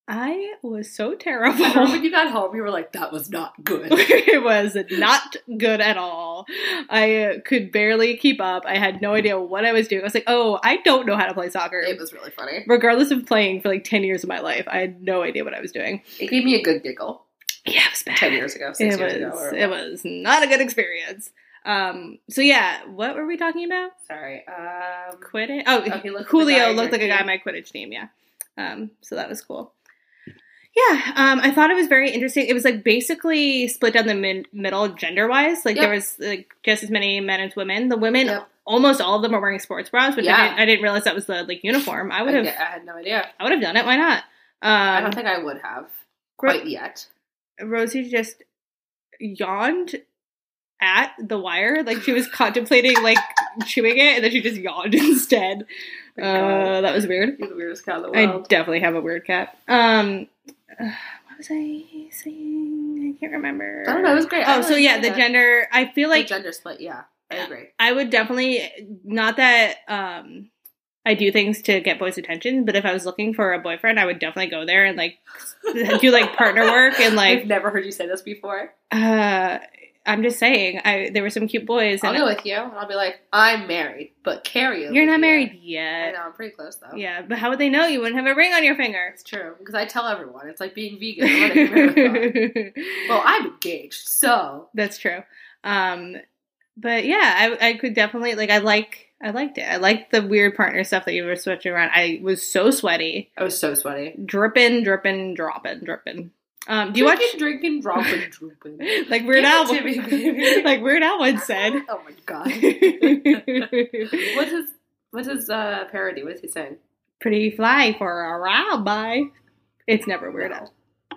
S2: I was so terrible.
S3: I remember when you got home, you were like, "That was not good."
S2: it was not good at all. I uh, could barely keep up. I had no idea what I was doing. I was like, oh, I don't know how to play soccer.
S3: It was really funny.
S2: Regardless of playing for like 10 years of my life, I had no idea what I was doing.
S3: It gave me a good giggle.
S2: Yeah, it was bad.
S3: ten years ago, six
S2: it
S3: years
S2: was.
S3: ago. Or,
S2: It was not a good experience. Um. So yeah, what were we talking about?
S3: sorry. Um,
S2: Quidditch. Oh,
S3: Oh, he looked like a guy
S2: Julio
S3: in
S2: looked
S3: your
S2: like a guy
S3: team.
S2: in my Quidditch team. Yeah. Um, so that was cool. Yeah, um, I thought it was very interesting. It was like basically split down the mid- middle gender wise. Like
S3: Yep.
S2: there was like just as many men as women. The women,
S3: Yep.
S2: almost all of them, are wearing sports bras, which I,
S3: Yeah.
S2: didn't, I didn't realize that was the like uniform. I
S3: I,
S2: would have,
S3: I had no idea.
S2: I would have done it. Why not? Um,
S3: I don't think I would have
S2: Ro-
S3: quite yet.
S2: Rosie just yawned at the wire. Like she was contemplating like chewing it, and then she just yawned instead.
S3: Oh my
S2: Uh,
S3: God.
S2: that was weird.
S3: You're the weirdest cat in the
S2: I
S3: world.
S2: definitely have a weird cat. Um, uh, what was I saying? I can't remember.
S3: I, don't know. It was great. I
S2: Oh, so
S3: really
S2: yeah,
S3: enjoyed
S2: the
S3: that.
S2: gender. I feel
S3: The
S2: like
S3: gender split. Yeah, I agree.
S2: I would definitely not that. Um, I do things to get boys' attention, but if I was looking for a boyfriend, I would definitely go there and like do like partner work and
S3: I've
S2: like.
S3: never heard you say this before.
S2: Uh, I'm just saying, I there were some cute boys,
S3: I'll
S2: and
S3: go with you, and I'll be like, I'm married, but Carrie.
S2: you're not
S3: Olivia-
S2: married
S3: I
S2: yet.
S3: know. I'm pretty close though.
S2: Yeah, but how would they know? You wouldn't have a ring on your finger.
S3: it's true because I tell everyone it's like being vegan. I'm not even married.
S2: well,
S3: well, I'm engaged, so
S2: That's true. Um, but yeah, I, I could definitely like I like I liked it. I liked the weird partner stuff that you were switching around. I was so sweaty,
S3: I was so sweaty.
S2: dripping, dripping, dropping, dripping. Um, do you watch
S3: drinking, dropping, drooping?
S2: like Weird
S3: Give it
S2: Al?
S3: to me, baby.
S2: like Weird Al once said.
S3: Oh my god.
S2: Pretty
S3: what's his What's his uh, parody? What's he saying?
S2: fly for a ride, bye. It's never Weird
S3: No.
S2: Al.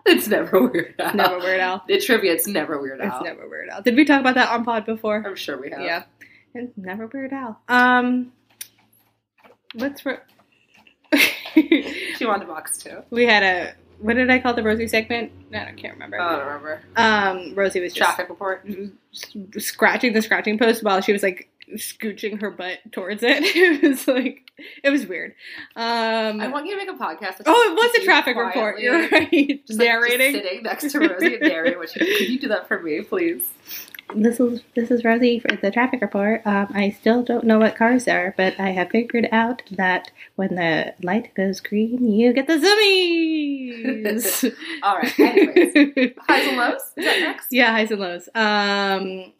S3: It's never weird.
S2: It's
S3: Al.
S2: never Weird Al.
S3: The trivia. It's never weird. Al.
S2: It's never Weird Al. Did we talk about that on pod before?
S3: I'm sure we have.
S2: Yeah. And never Weird Al. Um, what's ro- we
S3: She wanted a box too. Oh,
S2: had a what did I call the Rosie segment? No, I can't remember.
S3: Oh, I don't remember.
S2: um, Rosie was just
S3: Traffic report.
S2: s- scratching the scratching post while she was like scooching her butt towards it. it was like it was weird. Um,
S3: I want you to make a podcast. that's
S2: oh, it
S3: just
S2: was a
S3: you
S2: traffic
S3: quietly,
S2: report. You're right.
S3: Just like,
S2: Narrating.
S3: just sitting next to Rosie and narrating. What she, could you do that for me, please?
S2: This is this is Rosie for the traffic report. Um, I still don't know what cars are, but I have figured out that when the light goes green, you get the zoomies.
S3: All right. Anyways, highs and lows. Is that next?
S2: yeah, highs and lows. Um,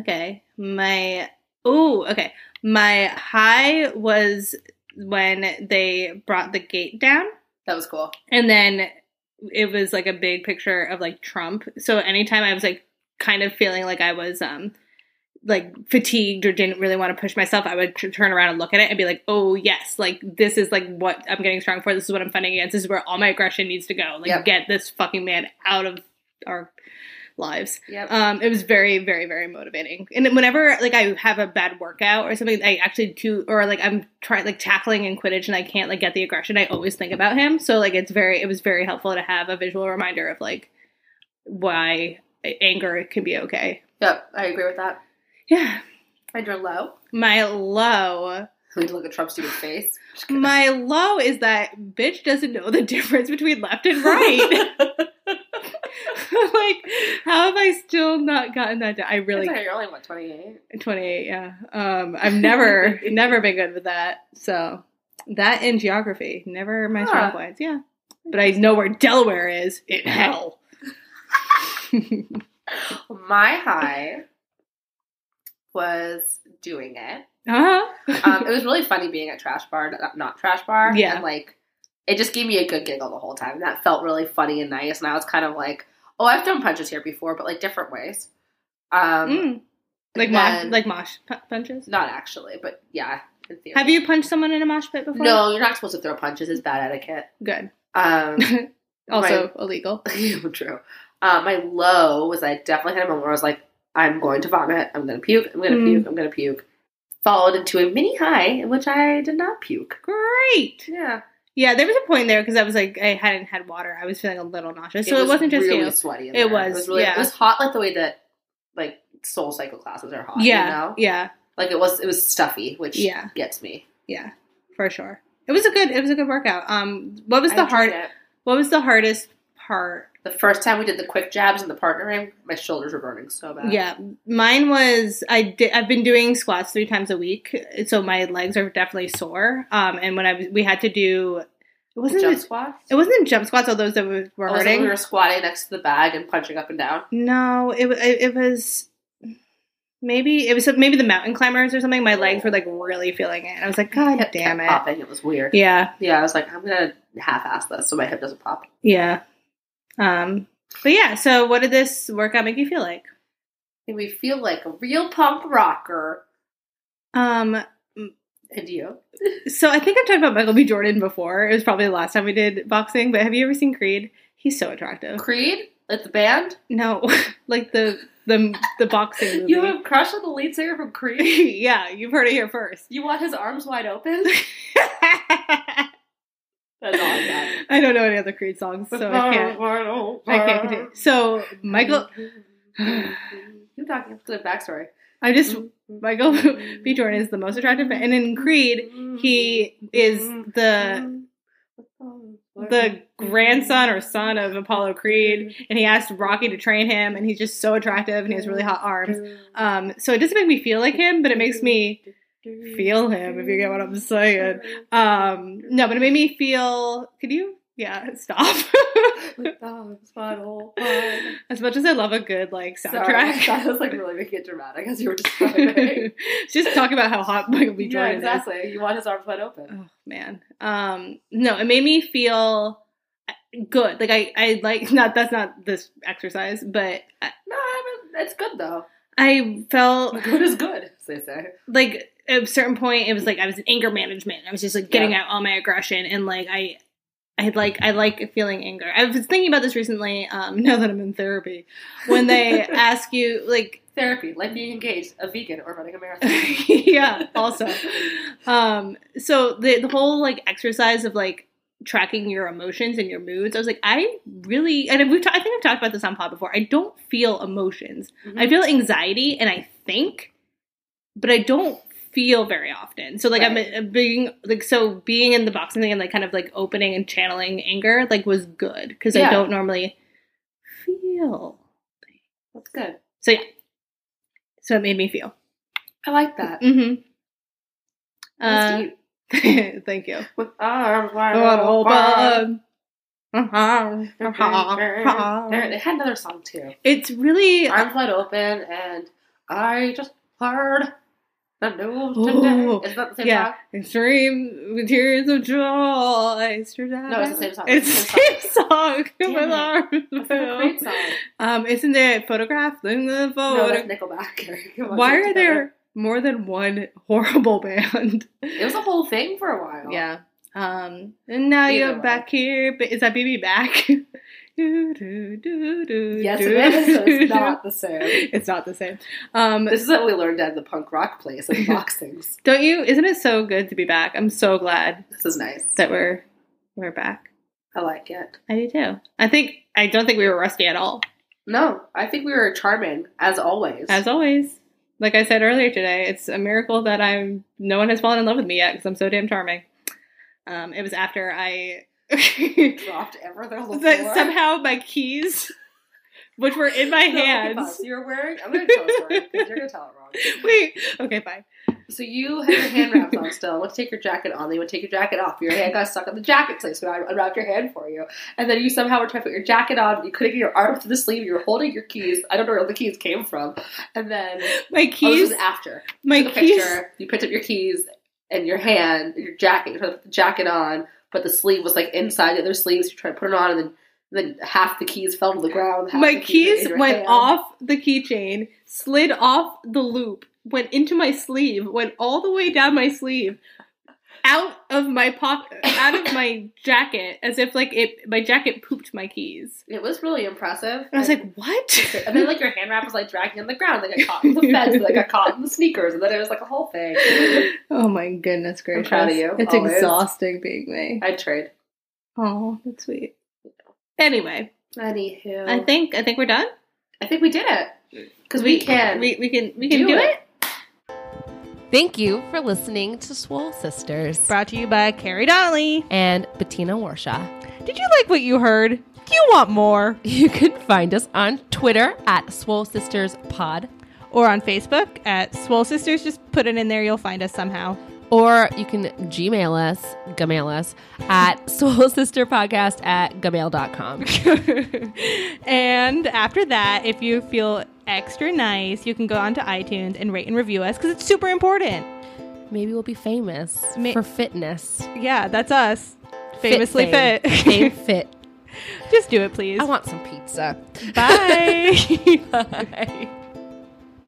S2: okay, my oh, okay, my high was when they brought the gate down.
S3: That was cool.
S2: and then it was like a big picture of like Trump. So anytime I was like kind of feeling like I was um like fatigued or didn't really want to push myself, I would t- turn around and look at it and be like, "Oh yes, like this is like what I'm getting strong for. This is what I'm fighting against. This is where all my aggression needs to go. Like
S3: Yep.
S2: get this fucking man out of our lives."
S3: Yep.
S2: Um, it was very, very, very motivating. And whenever like I have a bad workout or something, I actually do, or like I'm trying like tackling in Quidditch and I can't like get the aggression. I always think about him. So like it's very, it was very helpful to have a visual reminder of like why anger can be okay.
S3: yep. I agree with that.
S2: Yeah,
S3: And your low.
S2: my low,
S3: We need to look at Trump's stupid face.
S2: my low is that bitch doesn't know the difference between left and right. like, how have I still not gotten that? Down? I really
S3: That's why you're only what 28.
S2: 28 yeah um i've never never been good with that so that in geography never my strong
S3: Huh.
S2: points yeah but i know where delaware is in hell
S3: My high was doing it.
S2: huh
S3: Um, it was really funny being at Trash Bar, not- not Trash Bar.
S2: Yeah.
S3: And like, it just gave me a good giggle the whole time. And that felt really funny and nice. And I was kind of like, oh, I've done punches here before, but like different ways.
S2: Mm.
S3: Um,
S2: like
S3: and
S2: mosh
S3: then-
S2: like mosh pu- punches
S3: Not actually, but yeah. in theory.
S2: have you punched someone in a mosh pit before
S3: No, you're not supposed to throw punches. It's bad etiquette.
S2: good
S3: Um,
S2: also illegal
S3: my- true. Uh, my low was I definitely had a moment where I was like, I'm going to vomit. I'm going to puke. I'm going to
S2: Mm.
S3: puke. I'm going to puke. Followed into a mini high in which I did not puke.
S2: great
S3: Yeah.
S2: yeah there was a point there because i was like i hadn't had water i was feeling a little nauseous so it,
S3: was
S2: wasn't just
S3: really
S2: you
S3: sweaty. in
S2: It
S3: there.
S2: was,
S3: really,
S2: yeah.
S3: It was hot, like the way that like soul cycle classes are hot.
S2: yeah
S3: You know?
S2: yeah
S3: Like it was. It was stuffy, which
S2: Yeah.
S3: gets me.
S2: yeah for sure it was a good it was a good workout um what was
S3: I
S2: the
S3: enjoyed
S2: hard
S3: it.
S2: What was the hardest part?
S3: The first time we did the quick jabs and the partnering, my shoulders were burning so bad.
S2: Yeah, mine was I did. I've been doing squats three times a week, so my legs are definitely sore. Um, and when I was, we had to do, It wasn't.
S3: Jump
S2: the-
S3: squats?
S2: it wasn't jump squats. Although those that were were
S3: Oh, was it when
S2: hurting.
S3: we were squatting next to the bag and punching up and down.
S2: No, it, wa- it it was maybe it was some- maybe the mountain climbers or something. My legs were like really feeling it. I was like, God
S3: Hip
S2: damn
S3: kept
S2: it!
S3: Popping. It was weird. Yeah.
S2: Yeah,
S3: I was like, I'm gonna half-ass this so my hip doesn't pop.
S2: yeah. Um, but yeah. So, what did this workout make you feel like?
S3: And we feel like a real punk rocker.
S2: Um,
S3: And you?
S2: so I think I've talked about Michael B. Jordan before. It was probably the last time we did boxing. But have you ever seen Creed? He's so attractive.
S3: Creed? Like the band?
S2: No, like the the the boxing movie.
S3: You have a crush on the lead singer from Creed?
S2: yeah, you've heard it here first.
S3: You want his arms wide open? That's all I got.
S2: I don't know any other Creed songs, so I can't. I can't continue. So Michael,
S3: You talking about the backstory?
S2: I just Michael B. Jordan is the most attractive, and in Creed, he is Uh, the the grandson or son of Apollo Creed,
S3: Mm-hmm.
S2: and he asked Rocky to train him, and he's just so attractive, and he has really hot arms.
S3: Mm-hmm.
S2: Um, so it doesn't make me feel like him, but it makes me feel him. If you get what I'm saying. Um, no, but it made me feel. Could you? Yeah, stop. as much as I love a good like
S3: Um, Sorry,
S2: soundtrack,
S3: that was like really making it dramatic as you were describing.
S2: just talk about how hot Michael B.
S3: yeah,
S2: Jordan
S3: exactly. You want his arms wide open.
S2: is. Oh man, um, no, it made me feel uh, good. Like I, I like not that's not this exercise, but I,
S3: No, I mean, it's good though.
S2: I felt
S3: Good is good, as they say.
S2: like at a certain point it was like I was in anger management. I was just like getting
S3: Yeah.
S2: out all my aggression and like I. I like I like feeling anger. I was thinking about this recently. Um, now that I'm in therapy, when they ask you like
S3: Therapy, like being engaged, a vegan, or running a marathon.
S2: yeah also um so the, the whole like exercise of like tracking your emotions and your moods i was like i really and we've ta- i think i've talked about this on pod before i don't feel emotions
S3: Mhm.
S2: i feel anxiety and i think but i don't feel very often so like
S3: Right.
S2: i'm uh, being like so being in the boxing thing and like kind of like opening and channeling anger like was good because
S3: Yeah.
S2: i don't normally feel
S3: That's good.
S2: so yeah so it made me feel
S3: I like that.
S2: mm-hmm Uh,
S3: That's deep.
S2: Thank you.
S3: with arms
S2: What
S3: wide
S2: a
S3: open.
S2: bum. Uh-huh.
S3: There- They had another song too.
S2: It's really
S3: Arms wide open, and I just heard the news
S2: Ooh.
S3: today. Is that the same
S2: Yeah.
S3: song?
S2: extreme with tears of joy.
S3: No, it's the same song.
S2: It's the same song.
S3: Damn
S2: My
S3: it.
S2: alarm
S3: It's the
S2: bell.
S3: Creed song.
S2: Um, isn't there a photograph? In the
S3: No,
S2: photo.
S3: that's Nickelback. Come on,
S2: Oh, Why
S3: get it
S2: are
S3: together.
S2: there more than one horrible band?
S3: It was a whole thing for a while.
S2: Yeah. Um, and now
S3: Either
S2: you're
S3: way.
S2: back here. But is that baby back? do, do, do, do,
S3: Yes,
S2: do,
S3: it is.
S2: do, do.
S3: It's not the same.
S2: It's not the same. Um,
S3: This is what we learned at the punk rock place at boxings.
S2: don't you? Isn't it so good to be back? I'm so glad
S3: This is nice.
S2: that we're we're back.
S3: I like it.
S2: I do too. I think I don't think we were rusty at all.
S3: No, I think we were charming as always.
S2: As always, like I said earlier today, it's a miracle that I'm no one has fallen in love with me yet because I'm so damn charming. Um, it was after I
S3: dropped everything on the
S2: that
S3: floor.
S2: somehow my keys, which were in my
S3: No, okay,
S2: hands.
S3: pause. You're wearing. I'm gonna tell a story because you're gonna tell it wrong.
S2: Wait. Okay. Fine.
S3: So you had your hand wrapped on still. I went to take your jacket on. Then you went to take your jacket off. Your hand got stuck on the jacket sleeve, so I unwrapped your hand for you. And then you somehow were trying to put your jacket on. You couldn't get your arm through the sleeve. You were holding your keys. I don't know where the keys came from. And then
S2: My
S3: oh, this
S2: keys.
S3: was after
S2: my
S3: the
S2: keys.
S3: picture. You picked up your keys and your hand, your jacket. You tried to put the jacket on, but the sleeve was like inside the other sleeves. You tried to put it on, and then. Then half the keys fell to the ground. half
S2: my
S3: the were in
S2: keys
S3: your
S2: went
S3: hand.
S2: off the keychain, slid off the loop, went into my sleeve, went all the way down my sleeve, out of my pocket, out of my jacket, as if like it, my jacket pooped my keys.
S3: It was really impressive.
S2: And I was like, what?
S3: And then like your hand wrap was like dragging on the ground, then got caught in the fence, then got caught in the sneakers, and then it was like a whole thing.
S2: oh my goodness gracious!
S3: proud of you,
S2: It's
S3: always.
S2: exhausting being me.
S3: I'd trade.
S2: Oh, that's sweet. Anyway,
S3: Anywho,
S2: I think I think we're done.
S3: I think we did it because we, can.
S2: We, we can we can
S3: Do
S2: do,
S3: it.
S2: it.
S5: Thank you for listening to Swole Sisters
S6: Brought to you by Carrie Donnelly.
S5: and Bettina Warshaw.
S6: Did you like what you heard? Do you want more?
S5: You can find us on Twitter at Swole Sisters Pod.
S6: Or on Facebook at Swole Sisters. Just put it in there. You'll find us somehow.
S3: Or you can Gmail us, Gmail us at soulsisterpodcast at gmail.com.
S2: and after that, if you feel extra nice, you can go onto iTunes and rate and review us because it's super important.
S3: Maybe we'll be famous
S2: Ma-
S3: for fitness.
S2: Yeah, that's us. Famously
S3: fame.
S2: fit.
S3: Fame fit.
S2: Just do it, please.
S3: I want some pizza.
S2: Bye.
S3: Bye.